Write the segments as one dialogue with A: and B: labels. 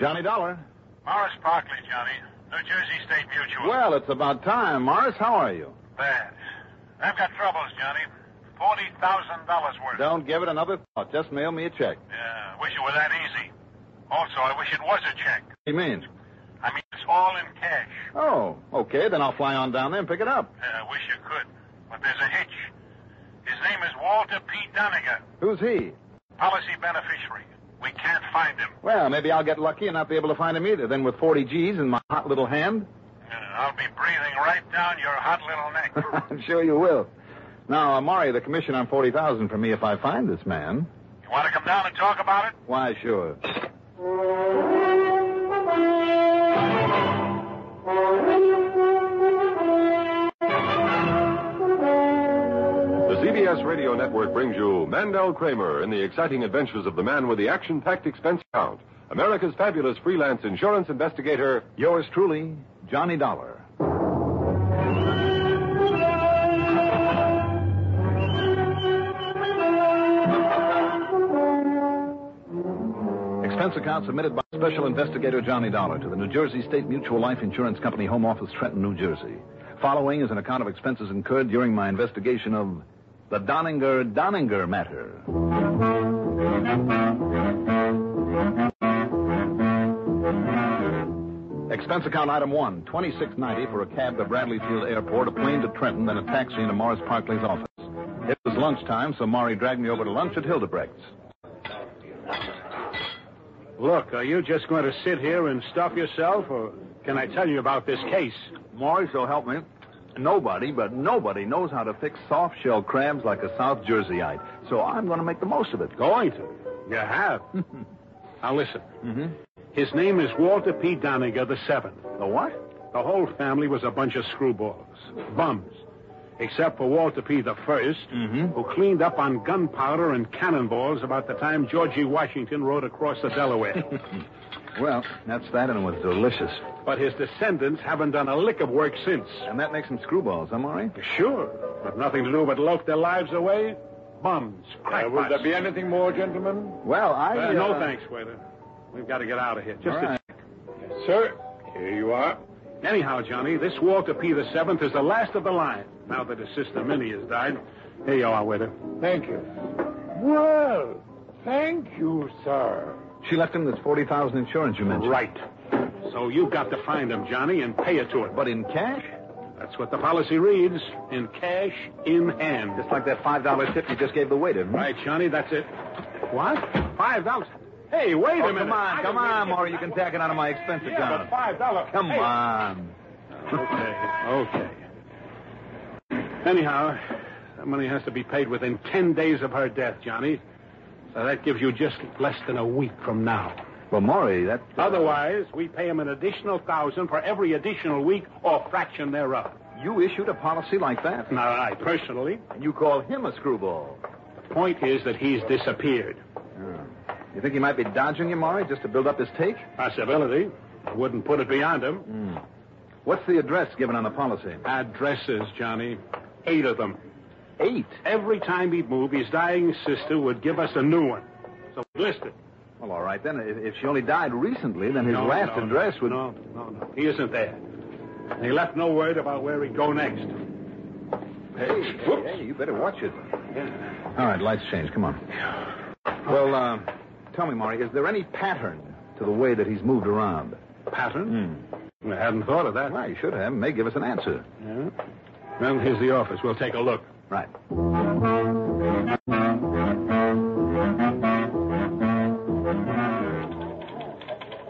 A: Johnny Dollar.
B: Morris Barkley, Johnny. New Jersey State Mutual.
A: Well, it's about time. Morris, how are you?
B: Bad. I've got troubles, Johnny. $40,000 worth.
A: Don't give it another thought. Just mail me a check.
B: Yeah, wish it were that easy. Also, I wish it was a check.
A: He means.
B: I mean, it's all in cash.
A: Oh, okay. Then I'll fly on down there and pick it up.
B: Yeah, I wish you could. But there's a hitch. His name is Walter P. Doniger,
A: Who's he?
B: policy beneficiary. We can't find him.
A: Well, maybe I'll get lucky and not be able to find him either. Then with 40 G's in my hot little hand,
B: Uh, I'll be breathing right down your hot little neck.
A: I'm sure you will. Now, uh, Maury, the commission on 40000 for me if I find this man.
B: you want to come down and talk about it?
A: Why, sure.
C: The CBS Radio Network brings you Mandel Kramer in the exciting adventures of the man with the action packed expense account, America's fabulous freelance insurance investigator.
A: Yours truly, Johnny Dollar. Expense account submitted by Special Investigator Johnny Dollar to the New Jersey State Mutual Life Insurance Company Home Office, Trenton, New Jersey. Following is an account of expenses incurred during my investigation of the Donninger Donninger matter. Expense account item one, twenty-six ninety for a cab to Bradley Field Airport, a plane to Trenton, then a taxi into Morris Parkley's office. It was lunchtime, so Maury dragged me over to lunch at Hildebrecht's.
D: Look, are you just going to sit here and stuff yourself, or can I tell you about this case?
A: Maury, so help me. Nobody, but nobody knows how to fix soft shell crabs like a South Jerseyite, so I'm going to make the most of it.
D: Going to? You have. now listen.
A: Mm-hmm.
D: His name is Walter P. Doniger the Seventh.
A: The what?
D: The whole family was a bunch of screwballs, bums, except for Walter P. the 1st
A: Mm-hmm.
D: who cleaned up on gunpowder and cannonballs about the time Georgie Washington rode across the Delaware.
A: Well, that's that, and it was delicious.
D: but his descendants haven't done a lick of work since.
A: And that makes them screwballs, huh, Maury?
D: Sure, but nothing to do but loaf their lives away. Bums, crackpots.
C: Uh, will there be anything more, gentlemen?
A: Well, I.
D: Uh, no
A: uh,
D: thanks, waiter. We've got to get out of here. Just
A: All right.
C: Sir, here you are.
D: a... anyhow, Johnny. This Walter P. the Seventh is the last of the line. Now that his sister Minnie has died, here you are, waiter.
C: Thank you. Well, thank you, sir.
A: She left him this 40000 insurance you mentioned.
D: Right. So you've got to find him, Johnny, and pay it to him.
A: But in cash?
D: That's what the policy reads: in cash, in hand.
A: Just like that $5 tip you just gave the waiter. hmm?
D: Right, Johnny. That's it. What? Five dollars? Hey, wait
A: Oh,
D: a minute.
A: come on, come on, Maury. You can tack it onto my expense
D: Yeah,
A: account.
D: but five dollars.
A: Come on.
D: Okay, okay. Anyhow, that money has to be paid within ten days of her death, Johnny. So that gives you just less than a week from now.
A: Well, Maury, that.
D: Otherwise, we pay him an additional thousand for every additional week or fraction thereof.
A: You issued a policy like that?
D: Now, I personally,
A: And you call him a screwball.
D: the point is that he's disappeared.
A: You think he might be dodging you, Maury, just to build up his take?
D: Possibility. I wouldn't put it beyond him.
A: What's the address given on the policy?
D: Addresses, Johnny. Eight of them.
A: Eight.
D: Every time he'd move, his dying sister would give us a new one. So list it.
A: Well, all right, then. If if she only died recently, then his
D: No,
A: last
D: no,
A: address
D: no,
A: would.
D: No, no, no. He isn't there. And he left no word about where he'd go next.
A: Hey, hey, hey, you better watch it. All right, lights change. Come on. Well, uh, tell me, Maury, is there any pattern to the way that he's moved around?
D: Pattern?
A: Hmm.
D: I hadn't thought of that.
A: Well, you should have. May give us an answer.
D: Yeah. Well, here's the office. We'll take a look.
A: Right.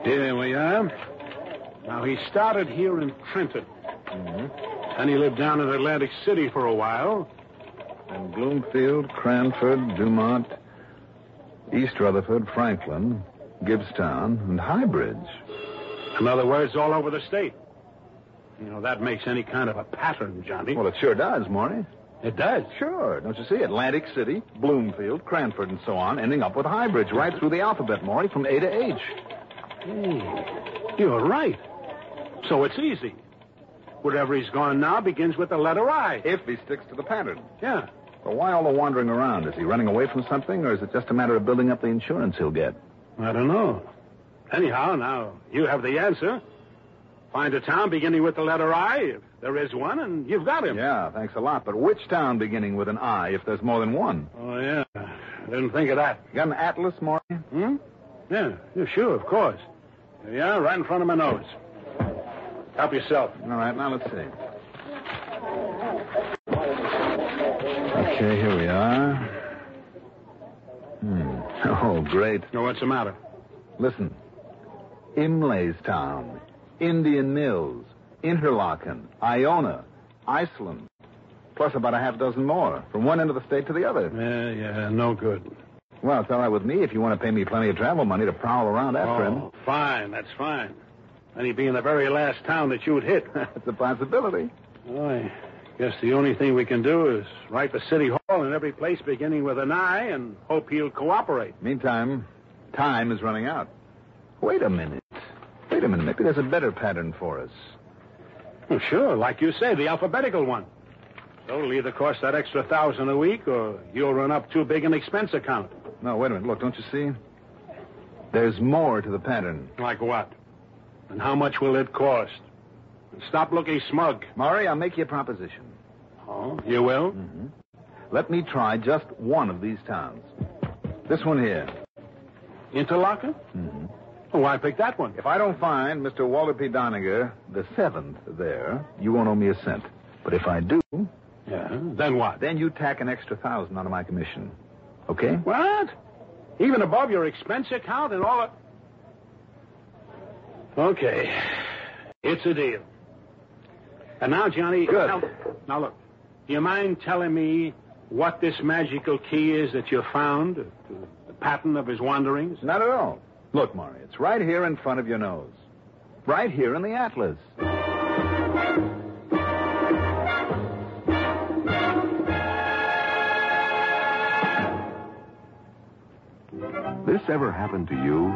D: Here we are. Now, he started here in Trenton. Then he lived down in Atlantic City for a while.
A: And Bloomfield, Cranford, Dumont, East Rutherford, Franklin, Gibbstown, and Highbridge.
D: In other words, all over the state. You know, that makes any kind of a pattern, Johnny.
A: Well, it sure does, Maury.
D: it does.
A: Sure. Don't you see? Atlantic City, Bloomfield, Cranford, and so on, ending up with Highbridge, right through the alphabet, Maury, from A to H.
D: You're right. So it's easy. Wherever he's gone now begins with the letter I.
A: If he sticks to the pattern.
D: Yeah.
A: But why all the wandering around? Is he running away from something, or is it just a matter of building up the insurance he'll get?
D: I don't know. Anyhow, now, you have the answer. Find a town beginning with the letter I, if there is one, and you've got him.
A: Yeah, thanks a lot. But which town beginning with an I if there's more than one?
D: Oh, yeah. Didn't think of that.
A: You got an atlas, Marty?
D: Hmm? Yeah, yeah, sure, of course. Here we are, right in front of my nose. Help yourself.
A: All right, now let's see. Okay, here we are. Hmm. Oh, great.
D: Now, what's the matter?
A: Listen. Imlay's Town, Indian Mills, Interlaken, Iona, Iceland, plus about a half dozen more, from one end of the state to the other.
D: Yeah, yeah, no good.
A: Well, it's all right with me if you want to pay me plenty of travel money to prowl around after him.
D: Oh, fine, that's fine. And he'd be in the very last town that you'd hit.
A: It's a possibility.
D: Well, I guess the only thing we can do is write the city hall in every place beginning with an I and hope he'll cooperate.
A: Meantime, time is running out. Wait a minute. Wait a minute. Maybe there's a better pattern for us.
D: Well, sure, like you say, the alphabetical one. It'll either cost that extra thousand a week or you'll run up too big an expense account.
A: No, wait a minute. Look, don't you see? There's more to the pattern.
D: Like what? And how much will it cost? Stop looking smug.
A: Murray, I'll make you a proposition.
D: Oh, you will?
A: Hmm. Let me try just one of these towns. This one here.
D: Interlocker? Mm-hmm. Why pick that one?
A: If I don't find Mr. Walter P. Doniger, the seventh there, you won't owe me a cent. But if I do,
D: Yeah. Then what?
A: then you tack an extra thousand onto my commission. Okay?
D: What? Even above your expense account and all that? Okay. It's a deal. And now, Johnny.
A: Good.
D: Now, now look. Do you mind telling me what this magical key is that you found? The pattern of his wanderings?
A: Not at all. Look, Murray, it's right here in front of your nose. Right here in the atlas.
E: This ever happened to you?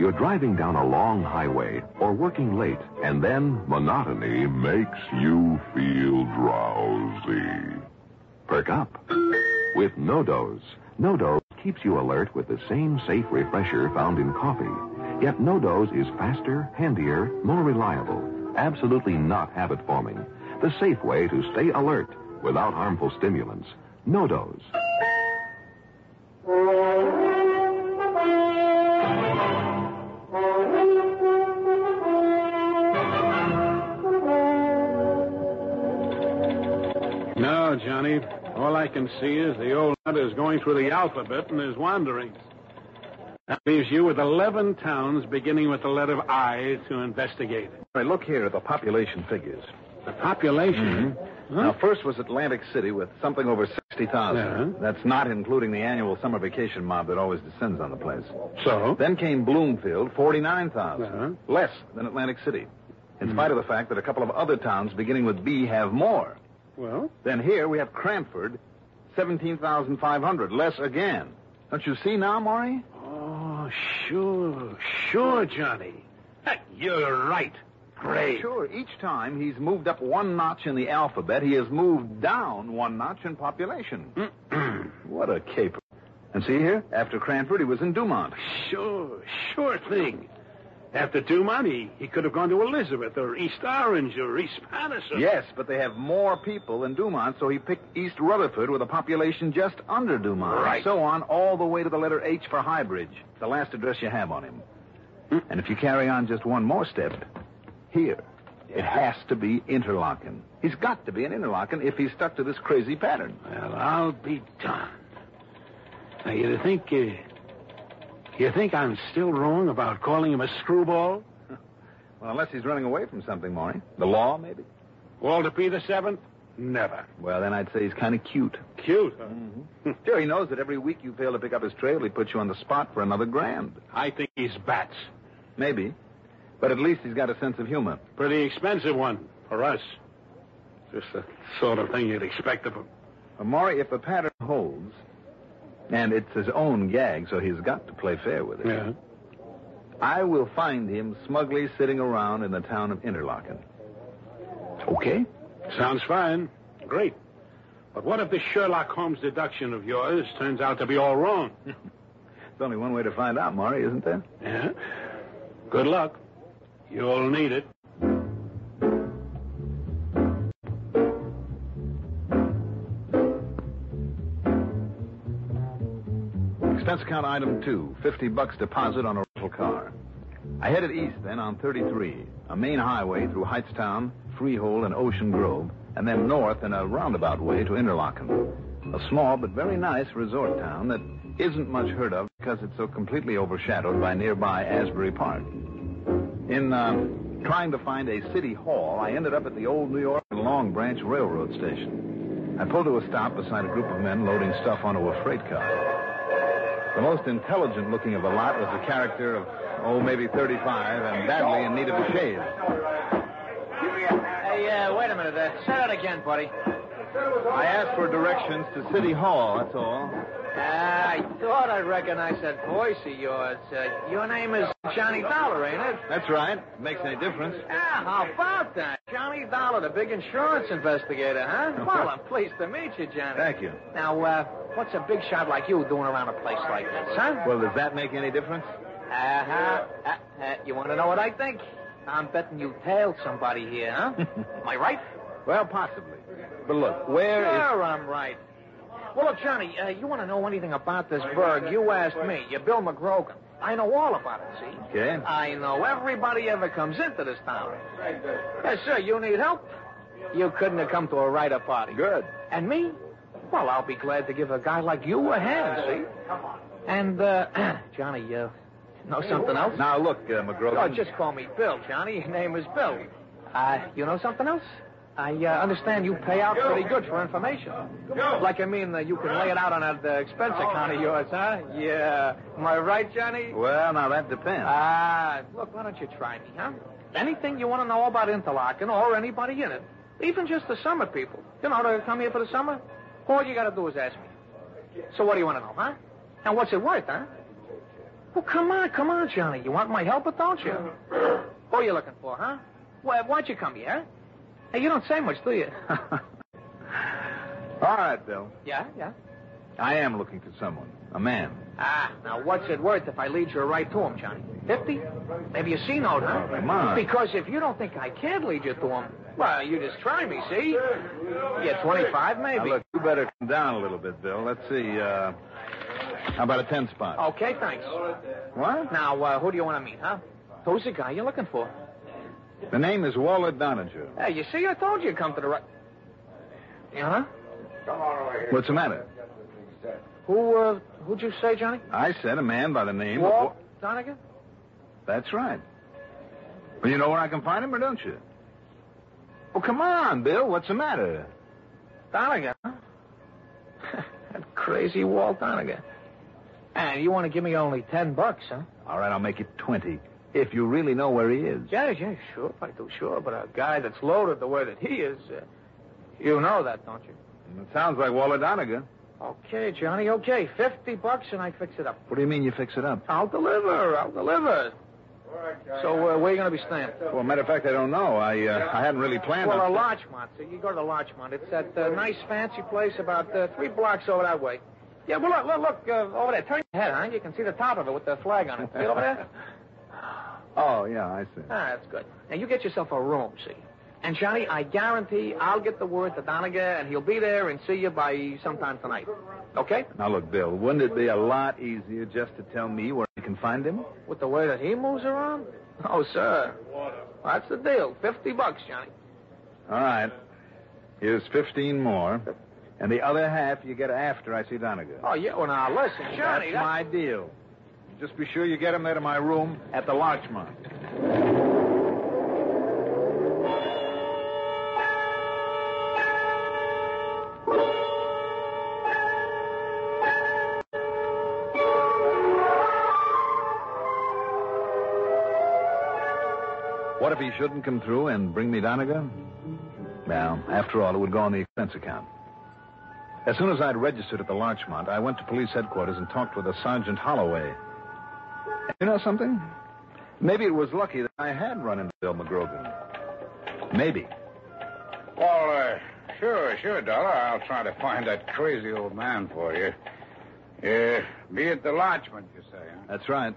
E: You're driving down a long highway or working late, and then monotony makes you feel drowsy. Perk up with Nodos. Nodos keeps you alert with the same safe refresher found in coffee. Yet Nodos is faster, handier, more reliable. Absolutely not habit forming. The safe way to stay alert without harmful stimulants. Nodos.
F: Ah,
D: No, Johnny. All I can see is the old nut is going through the alphabet and his wanderings. That leaves you with 11 towns beginning with the letter I to investigate.
A: Murray, look here at the population figures.
D: The population?
A: Now, first was Atlantic City with something over 60,000.
D: Yeah.
A: That's not including the annual summer vacation mob that always descends on the place.
D: So?
A: Then came Bloomfield, 49,000.
D: Uh-huh.
A: Less than Atlantic City. In spite of the fact that a couple of other towns beginning with B have more.
D: Well?
A: Then here we have Cranford, 17,500. Less again. Don't you see now, Maury?
D: Oh, sure, sure, Johnny. Heck, You're right. Great.
A: Sure, each time he's moved up one notch in the alphabet, he has moved down one notch in population. what a caper. And see here, after Cranford, he was in Dumont.
D: Sure, sure thing. After Dumont, he, he could have gone to Elizabeth or East Orange or East Patterson.
A: Yes, but they have more people than Dumont, so he picked East Rutherford with a population just under Dumont.
D: Right.
A: And so on, all the way to the letter H for Highbridge, the last address you have on him. And if you carry on just one more step, here, it has to be Interlaken. He's got to be in Interlaken if he's stuck to this crazy pattern.
D: Well, I'll be darned. Now, you think, uh, you think I'm still wrong about calling him a screwball?
A: Well, unless he's running away from something, Maury. The law, maybe?
D: Walter P. the Seventh? Never.
A: Well, then I'd say he's kind of cute.
D: Cute. huh?
A: Sure, he knows that every week you fail to pick up his trail, he puts you on the spot for another grand.
D: I think he's bats.
A: Maybe. But at least he's got a sense of humor.
D: Pretty expensive one for us. Just the sort of thing you'd expect of him.
A: Amari, if the pattern holds, and it's his own gag, so he's got to play fair with it, I will find him smugly sitting around in the town of Interlaken. Okay?
D: Sounds fine. Great. But what if this Sherlock Holmes deduction of yours turns out to be all wrong?
A: There's only one way to find out, Maury, isn't there?
D: Yeah? Good luck. You'll need it.
A: Expense account item two, 50 bucks deposit on a rental car. I headed east then on 33, a main highway through Heightstown, Freehold, and Ocean Grove, and then north in a roundabout way to Interlaken, a small but very nice resort town that isn't much heard of because it's so completely overshadowed by nearby Asbury Park. In um, trying to find a city hall, I ended up at the old New York and Long Branch Railroad Station. I pulled to a stop beside a group of men loading stuff onto a freight car. The most intelligent looking of the lot was a character of, oh, maybe 35, and badly in need of a shave.
F: Hey, uh, wait a minute. Uh, say that again, buddy.
A: I asked for directions to City Hall, that's all.
F: Uh, I thought I recognized that voice of yours. Uh, your name is Johnny Dollar, ain't it?
A: That's right. Makes any difference.
F: Ah, how about that? Johnny Dollar, the big insurance investigator, huh? Well, I'm pleased to meet you, Johnny.
A: Thank you.
F: Now, uh, what's a big shot like you doing around a place like this, huh?
A: Well, does that make any difference?
F: Uh-huh. Uh, uh, you want to know what I think? I'm betting you tailed somebody here, huh? Am I right?
A: Well, possibly. But look, where is.
F: Sure, I'm right. Well, look, Johnny, uh, you want to know anything about this burg? You asked me. You're Bill McGrogan. I know all about it, see?
A: Okay.
F: I know everybody ever comes into this town. Yes, sir, you need help? You couldn't have come to a righter party.
A: Good.
F: And me? Well, I'll be glad to give a guy like you a hand, see? And, uh, Johnny, uh, know something else?
A: Now, look, uh, McGrogan.
F: Oh, just call me Bill, Johnny. Your name is Bill. Uh, you know something else? I uh, understand you pay out pretty good for information. Like, I mean, uh, you can lay it out on that uh, expense account of yours, huh? Yeah. Am I right, Johnny?
A: Well, now that depends.
F: Ah, look, why don't you try me, huh? Anything you want to know about Interlaken or anybody in it, even just the summer people. You know, to come here for the summer, all you got to do is ask me. So what do you want to know, huh? And what's it worth, huh? Well, come on, come on, Johnny. You want my help, or don't you? Who are you looking for, huh? Well, why'd you come here? Hey, you don't say much, do you?
A: all right, Bill.
F: yeah, yeah.
A: I am looking for someone, a man.
F: Ah, now what's it worth if I lead you right to him, Johnny? Fifty? Maybe a C note, huh?
A: Oh, come on.
F: Because if you don't think I can lead you to him, well, you just try me, see? Yeah, twenty-five, maybe.
A: Now, look, you better come down a little bit, Bill. Let's see. Uh, how about a 10 spot?
F: Okay, thanks.
A: What?
F: Now, uh, who do you want to meet, huh? Who's the guy you're looking for?
A: The name is Walter Doninger.
F: Hey, you see, I told you to come to the right. Uh-huh. Yeah?
A: What's the matter?
F: Who, uh, who'd you say, Johnny?
A: I said a man by the name of.
F: Walt Donegan?
A: That's right. Well, you know where I can find him, or don't you? Oh, come on, Bill. What's the matter?
F: Donegan, huh? that crazy Walt Donegan. And you want to give me only ten bucks, huh?
A: All right, I'll make it 20. If you really know where he is.
F: Yeah, yeah, sure, I do, sure. But a guy that's loaded the way that he is, uh, you know that, don't you?
A: It sounds like Walter Donegan.
F: Okay, Johnny, okay. Fifty bucks and I fix it up.
A: What do you mean you fix it up?
F: I'll deliver, I'll deliver. So uh, where are you going to be staying?
A: Well, matter of fact, I don't know. I uh, I hadn't really planned
F: Well, a
A: on...
F: Larchmont. So you go to the Larchmont. It's that uh, nice fancy place about uh, three blocks over that way. Yeah, well, look, look, look uh, over there. Turn your head, huh? You can see the top of it with the flag on it. See it over there?
A: Oh, yeah, I see.
F: Ah, that's good. Now, you get yourself a room, see? And, Johnny, I guarantee I'll get the word to Doniger, and he'll be there and see you by sometime tonight. Okay?
A: Now, look, Bill, wouldn't it be a lot easier just to tell me where you can find him?
F: With the way that he moves around? Oh, sir. That's the deal. Fifty bucks, Johnny.
A: All right. Here's 15 more. And the other half you get after I see Donegan.
F: Oh, yeah. Well, now, listen, Johnny.
A: That's my deal. Just be sure you get him there to my room at the Larchmont. What if he shouldn't come through and bring me Donegan? Well, after all, it would go on the expense account. As soon as I'd registered at the Larchmont, I went to police headquarters and talked with a Sergeant Holloway. You know something? Maybe it was lucky that I had run into Bill McGrogan. Maybe.
G: Well, uh, sure, sure, Dollar. I'll try to find that crazy old man for you. Yeah, Be at the lodgement, you say, huh?
A: That's right.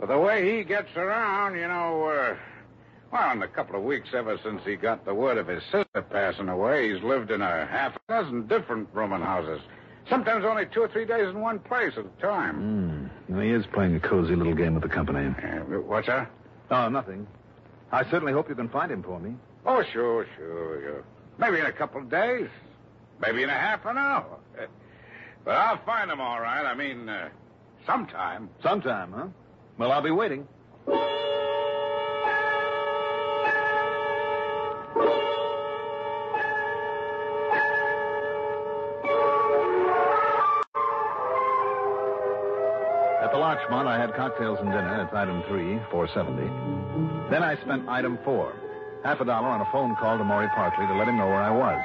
G: But the way he gets around, you know, uh, well, in the couple of weeks ever since he got the word of his sister passing away, he's lived in a half a dozen different rooming houses. Sometimes only two or three days in one place at a time.
A: Hmm. Well, He is playing a cozy little game with the company.
G: Uh, what's that?
A: Oh, nothing. I certainly hope you can find him for me.
G: Oh, sure, sure, sure. Maybe in a couple of days. Maybe in a half an hour. But I'll find him all right. I mean, uh, sometime.
A: Sometime, huh? Well, I'll be waiting. At the Larchmont, I had cocktails and dinner. It's item three, 470. Then I spent item four, half a dollar on a phone call to Maury Parkley to let him know where I was.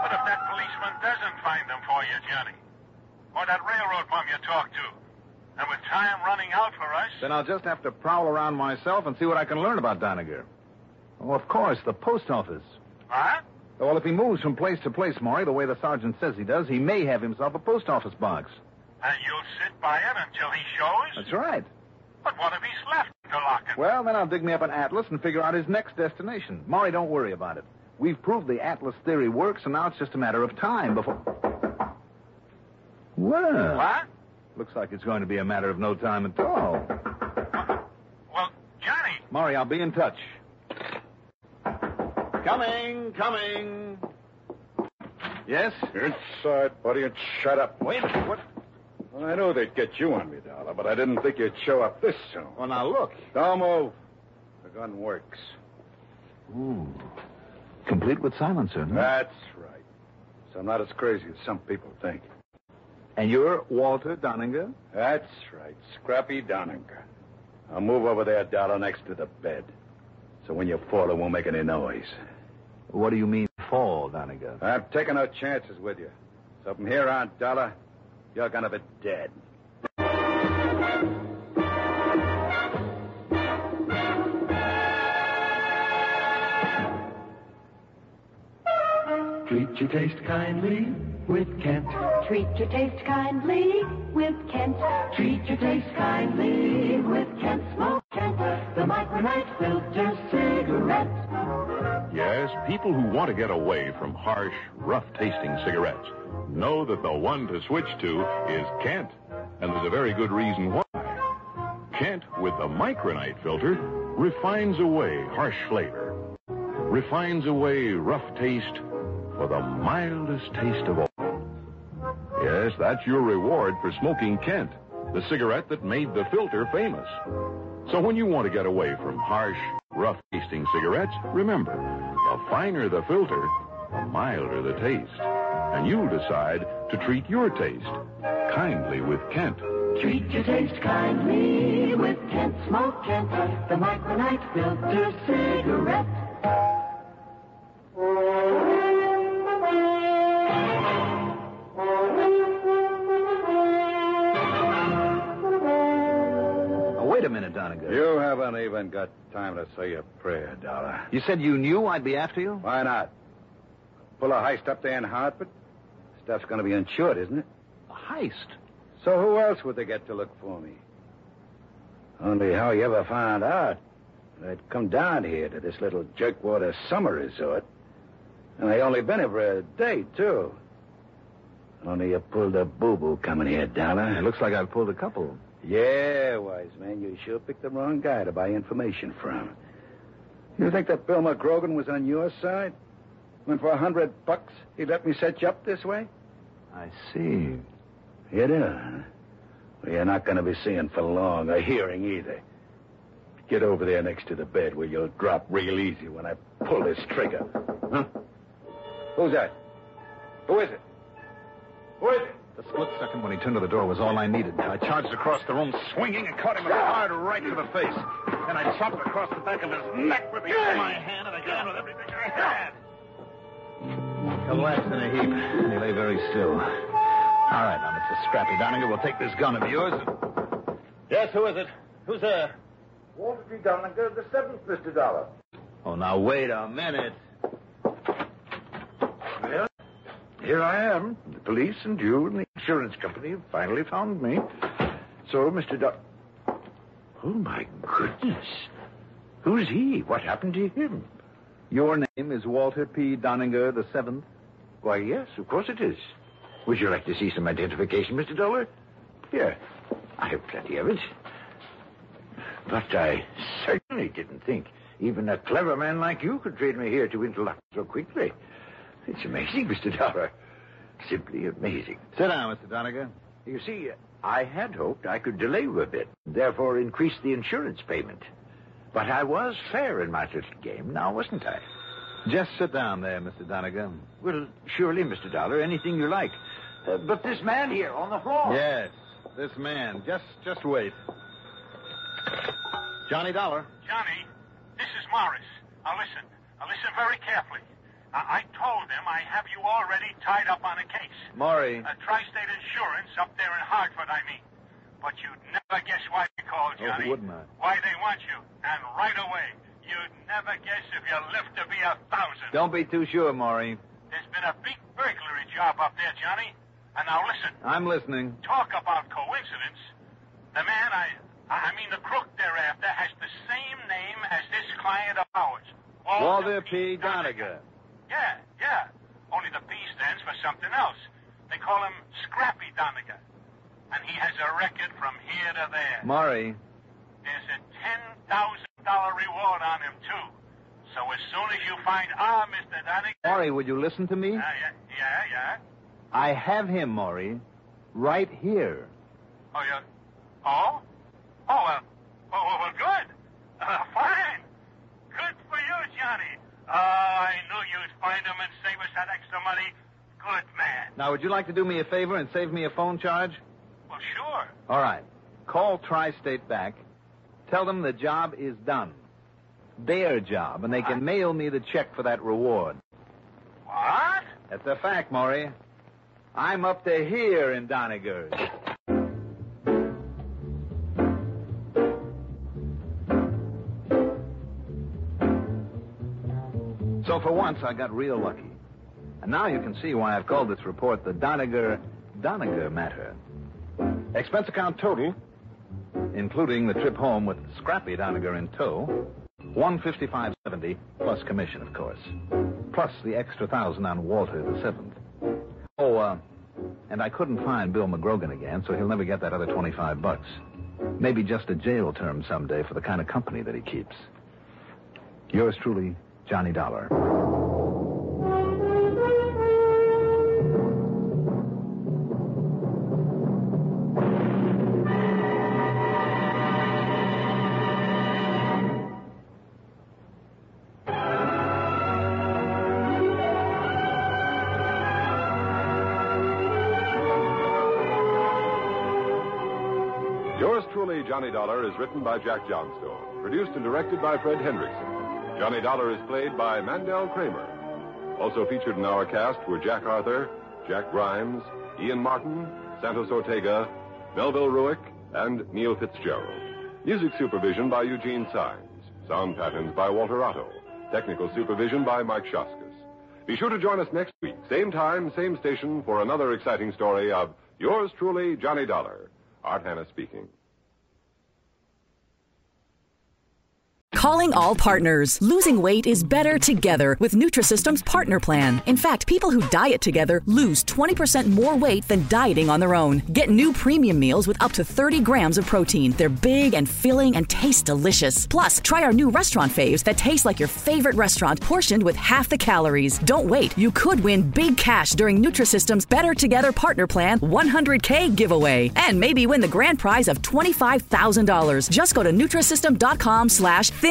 B: What if that policeman doesn't find them for you, Johnny? Or that railroad bum you talked to? And with time running out for us,
A: Then I'll just have to prowl around myself and see what I can learn about Doniger. Oh, of course, the post office.
B: huh?
A: Well, if he moves from place to place, Maury, the way the sergeant says he does, he may have himself a post office box.
B: And you'll sit by it until he shows.
A: That's right.
B: But what if he's left the locket?
A: Well, then I'll dig me up an atlas and figure out his next destination. Maury, don't worry about it. We've proved the atlas theory works, and now it's just a matter of time before.
C: Uh.
A: Well,
B: What?
A: looks like it's going to be a matter of no time at all.
B: Well, Johnny,
A: Maury, I'll be in touch. Coming, coming. Yes?
C: Inside, uh, buddy, and shut up.
A: Wait, what?
C: I know they'd get you on me, Dollar, but I didn't think you'd show up this soon.
A: Well, Oh, now look.
C: Don't move. The gun works.
A: Ooh. Complete with silencer. huh?
C: That's right. So I'm not as crazy as some people think.
A: And you're Walter Doninger?
C: That's right. Scrappy Doninger. I'll move over there, Dollar, next to the bed. So when you fall, it won't make any noise.
A: What do you mean, fall, Doninger?
C: I'm taking no chances with you. So from here on, Dollar, you're going to be dead.
H: Treat your taste kindly with Kent.
I: Treat your taste kindly with Kent. Treat your taste kindly with Kent. Smoke Kent, the micronite filter cigarette.
E: Yes, people who want to get away from harsh, rough tasting cigarettes know that the one to switch to is Kent. And there's a very good reason why. Kent, with the micronite filter, refines away harsh flavor, refines away rough taste for the mildest taste of all. Yes, that's your reward for smoking Kent, the cigarette that made the filter famous. So when you want to get away from harsh, rough tasting cigarettes, remember, the finer the filter, the milder the taste. And you'll decide to treat your taste kindly with Kent.
I: Treat your taste kindly with Kent. Smoke Kent, the micronite filter cigarette.
A: Now, wait a minute, Doninger.
C: You haven't even got time to say a prayer, Dollar.
A: You said you knew I'd be after you?
C: Why not? Pull a heist up there in Hartford? Stuff's going to be insured, isn't it?
A: A heist.
C: So who else would they get to look for me? Only how you ever found out that I'd come down here to this little jerkwater summer resort. And I only been here for a day, too. Only you pulled a boo-boo coming here,
A: It
C: Dollar.
A: looks like I've pulled a couple.
C: Yeah, wise man, you sure picked the wrong guy to buy information from. You think that Bill McGrogan was on your side? When for a hundred bucks he let me set you up this way?
A: I see.
C: You do? huh? Well, you're not going to be seeing for long or hearing either. Get over there next to the bed where you'll drop real easy when I pull this trigger. Huh? Who's that? Who is it? Who is it?
A: The split second when he turned to the door was all I needed. I charged across the room, swinging, and caught him with a hard right to the face. Then I chopped across the back of his neck with the end of my hand, and I got him with everything I had. Collapsed in a heap. He lay very still. All right, now, Mr. Scrappy Doninger, we'll take this gun of yours. and- Yes, who is it? Who's there?
F: Walter P. Donegal, the seventh, Mr. Dollar.
A: Oh, now, wait a minute.
C: Here I am. The police and you and the insurance company have finally found me. So, Mr. Doc. Oh, my goodness. Who's he? What happened to him?
A: Your name is Walter P. Doninger the seventh.
C: Why, yes, of course it is. Would you like to see some identification, Mr. Dollar? Here. I have plenty of it. But I certainly didn't think even a clever man like you could trade me here to Interlock so quickly. It's amazing, Mr. Dollar. Simply amazing.
A: Sit down, Mr. Doniger.
C: You see, uh, I had hoped I could delay you a bit, therefore increase the insurance payment. But I was fair in my little game, now wasn't I?
A: Just sit down there, Mr. Doniger.
C: Well, surely, Mr. Dollar, anything you like. Uh, but this man here on the floor.
A: Yes, this man. Just, just wait. Johnny Dollar.
B: Johnny, this is Morris. Now listen. Now listen very carefully. I, I told them I have you already tied up on a case.
A: Maury.
B: A tri-state insurance up there in Hartford, I mean. But you'd never guess why they called,
A: Oh,
B: Johnny.
A: wouldn't I?
B: Why they want you. And right away. You'd never guess if you lived to be a thousand.
A: Don't be too sure, Maury.
B: There's been a big burglary job up there, Johnny. And now listen.
A: I'm listening.
B: Talk about coincidence. The man I, I mean the crook thereafter, has the same name as this client of ours.
A: Walter P. Doniger.
B: Yeah, yeah. Only the P stands for something else. They call him Scrappy Doniger. And he has a record from here to there.
A: Maury.
B: There's a $10,000 reward on him, too. So as soon as you find ah, our Mr. Doniger...
A: Maury, would you listen to me?
B: Yeah, Ah, yeah, yeah, yeah.
A: I have him, Maury. Right here.
B: Oh, yeah. Oh? Oh, well, oh, well, well good. Uh, fine. Good for you, Johnny. Uh, I knew you'd find him and save us that extra money. Good man.
A: Now, would you like to do me a favor and save me a phone charge?
B: Well, sure.
A: All right. Call Tri State back. Tell them the job is done. Their job, and they can mail me the check for that reward.
B: What?
A: That's a fact, Maury. I'm up to here in Doniger's. So for once, I got real lucky. And now you can see why I've called this report the Doniger Doniger matter. Expense account total, including the trip home with Scrappy Doniger in tow, one fifty-five seventy plus commission, of course, plus the extra thousand on Walter the seventh. Oh, uh, and I couldn't find Bill McGrogan again, so he'll never get that other twenty-five bucks. Maybe just a jail term someday for the kind of company that he keeps. Yours truly, Johnny Dollar.
J: Yours truly, Johnny Dollar, is written by Jack Johnstone, produced and directed by Fred Hendrickson. Johnny Dollar is played by Mandel Kramer. Also featured in our cast were Jack Arthur, Jack Grimes, Ian Martin, Santos Ortega, Melville Ruick, and Neil Fitzgerald. Music supervision by Eugene Sines. Sound patterns by Walter Otto. Technical supervision by Mike Shoskus. Be sure to join us next week, same time, same station, for another exciting story of Yours truly, Johnny Dollar. Art Hanna speaking.
K: Calling all partners. Losing weight is better together with Nutrisystem's partner plan. In fact, people who diet together lose 20% more weight than dieting on their own. Get new premium meals with up to 30 grams of protein. They're big and filling and taste delicious. Plus, try our new restaurant faves that taste like your favorite restaurant, portioned with half the calories. Don't wait. You could win big cash during Nutrisystem's Better Together Partner Plan 100K giveaway and maybe win the grand prize of $25,000. Just go to Nutrisystem.com slash thin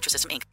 L: Nutrisystem, Inc.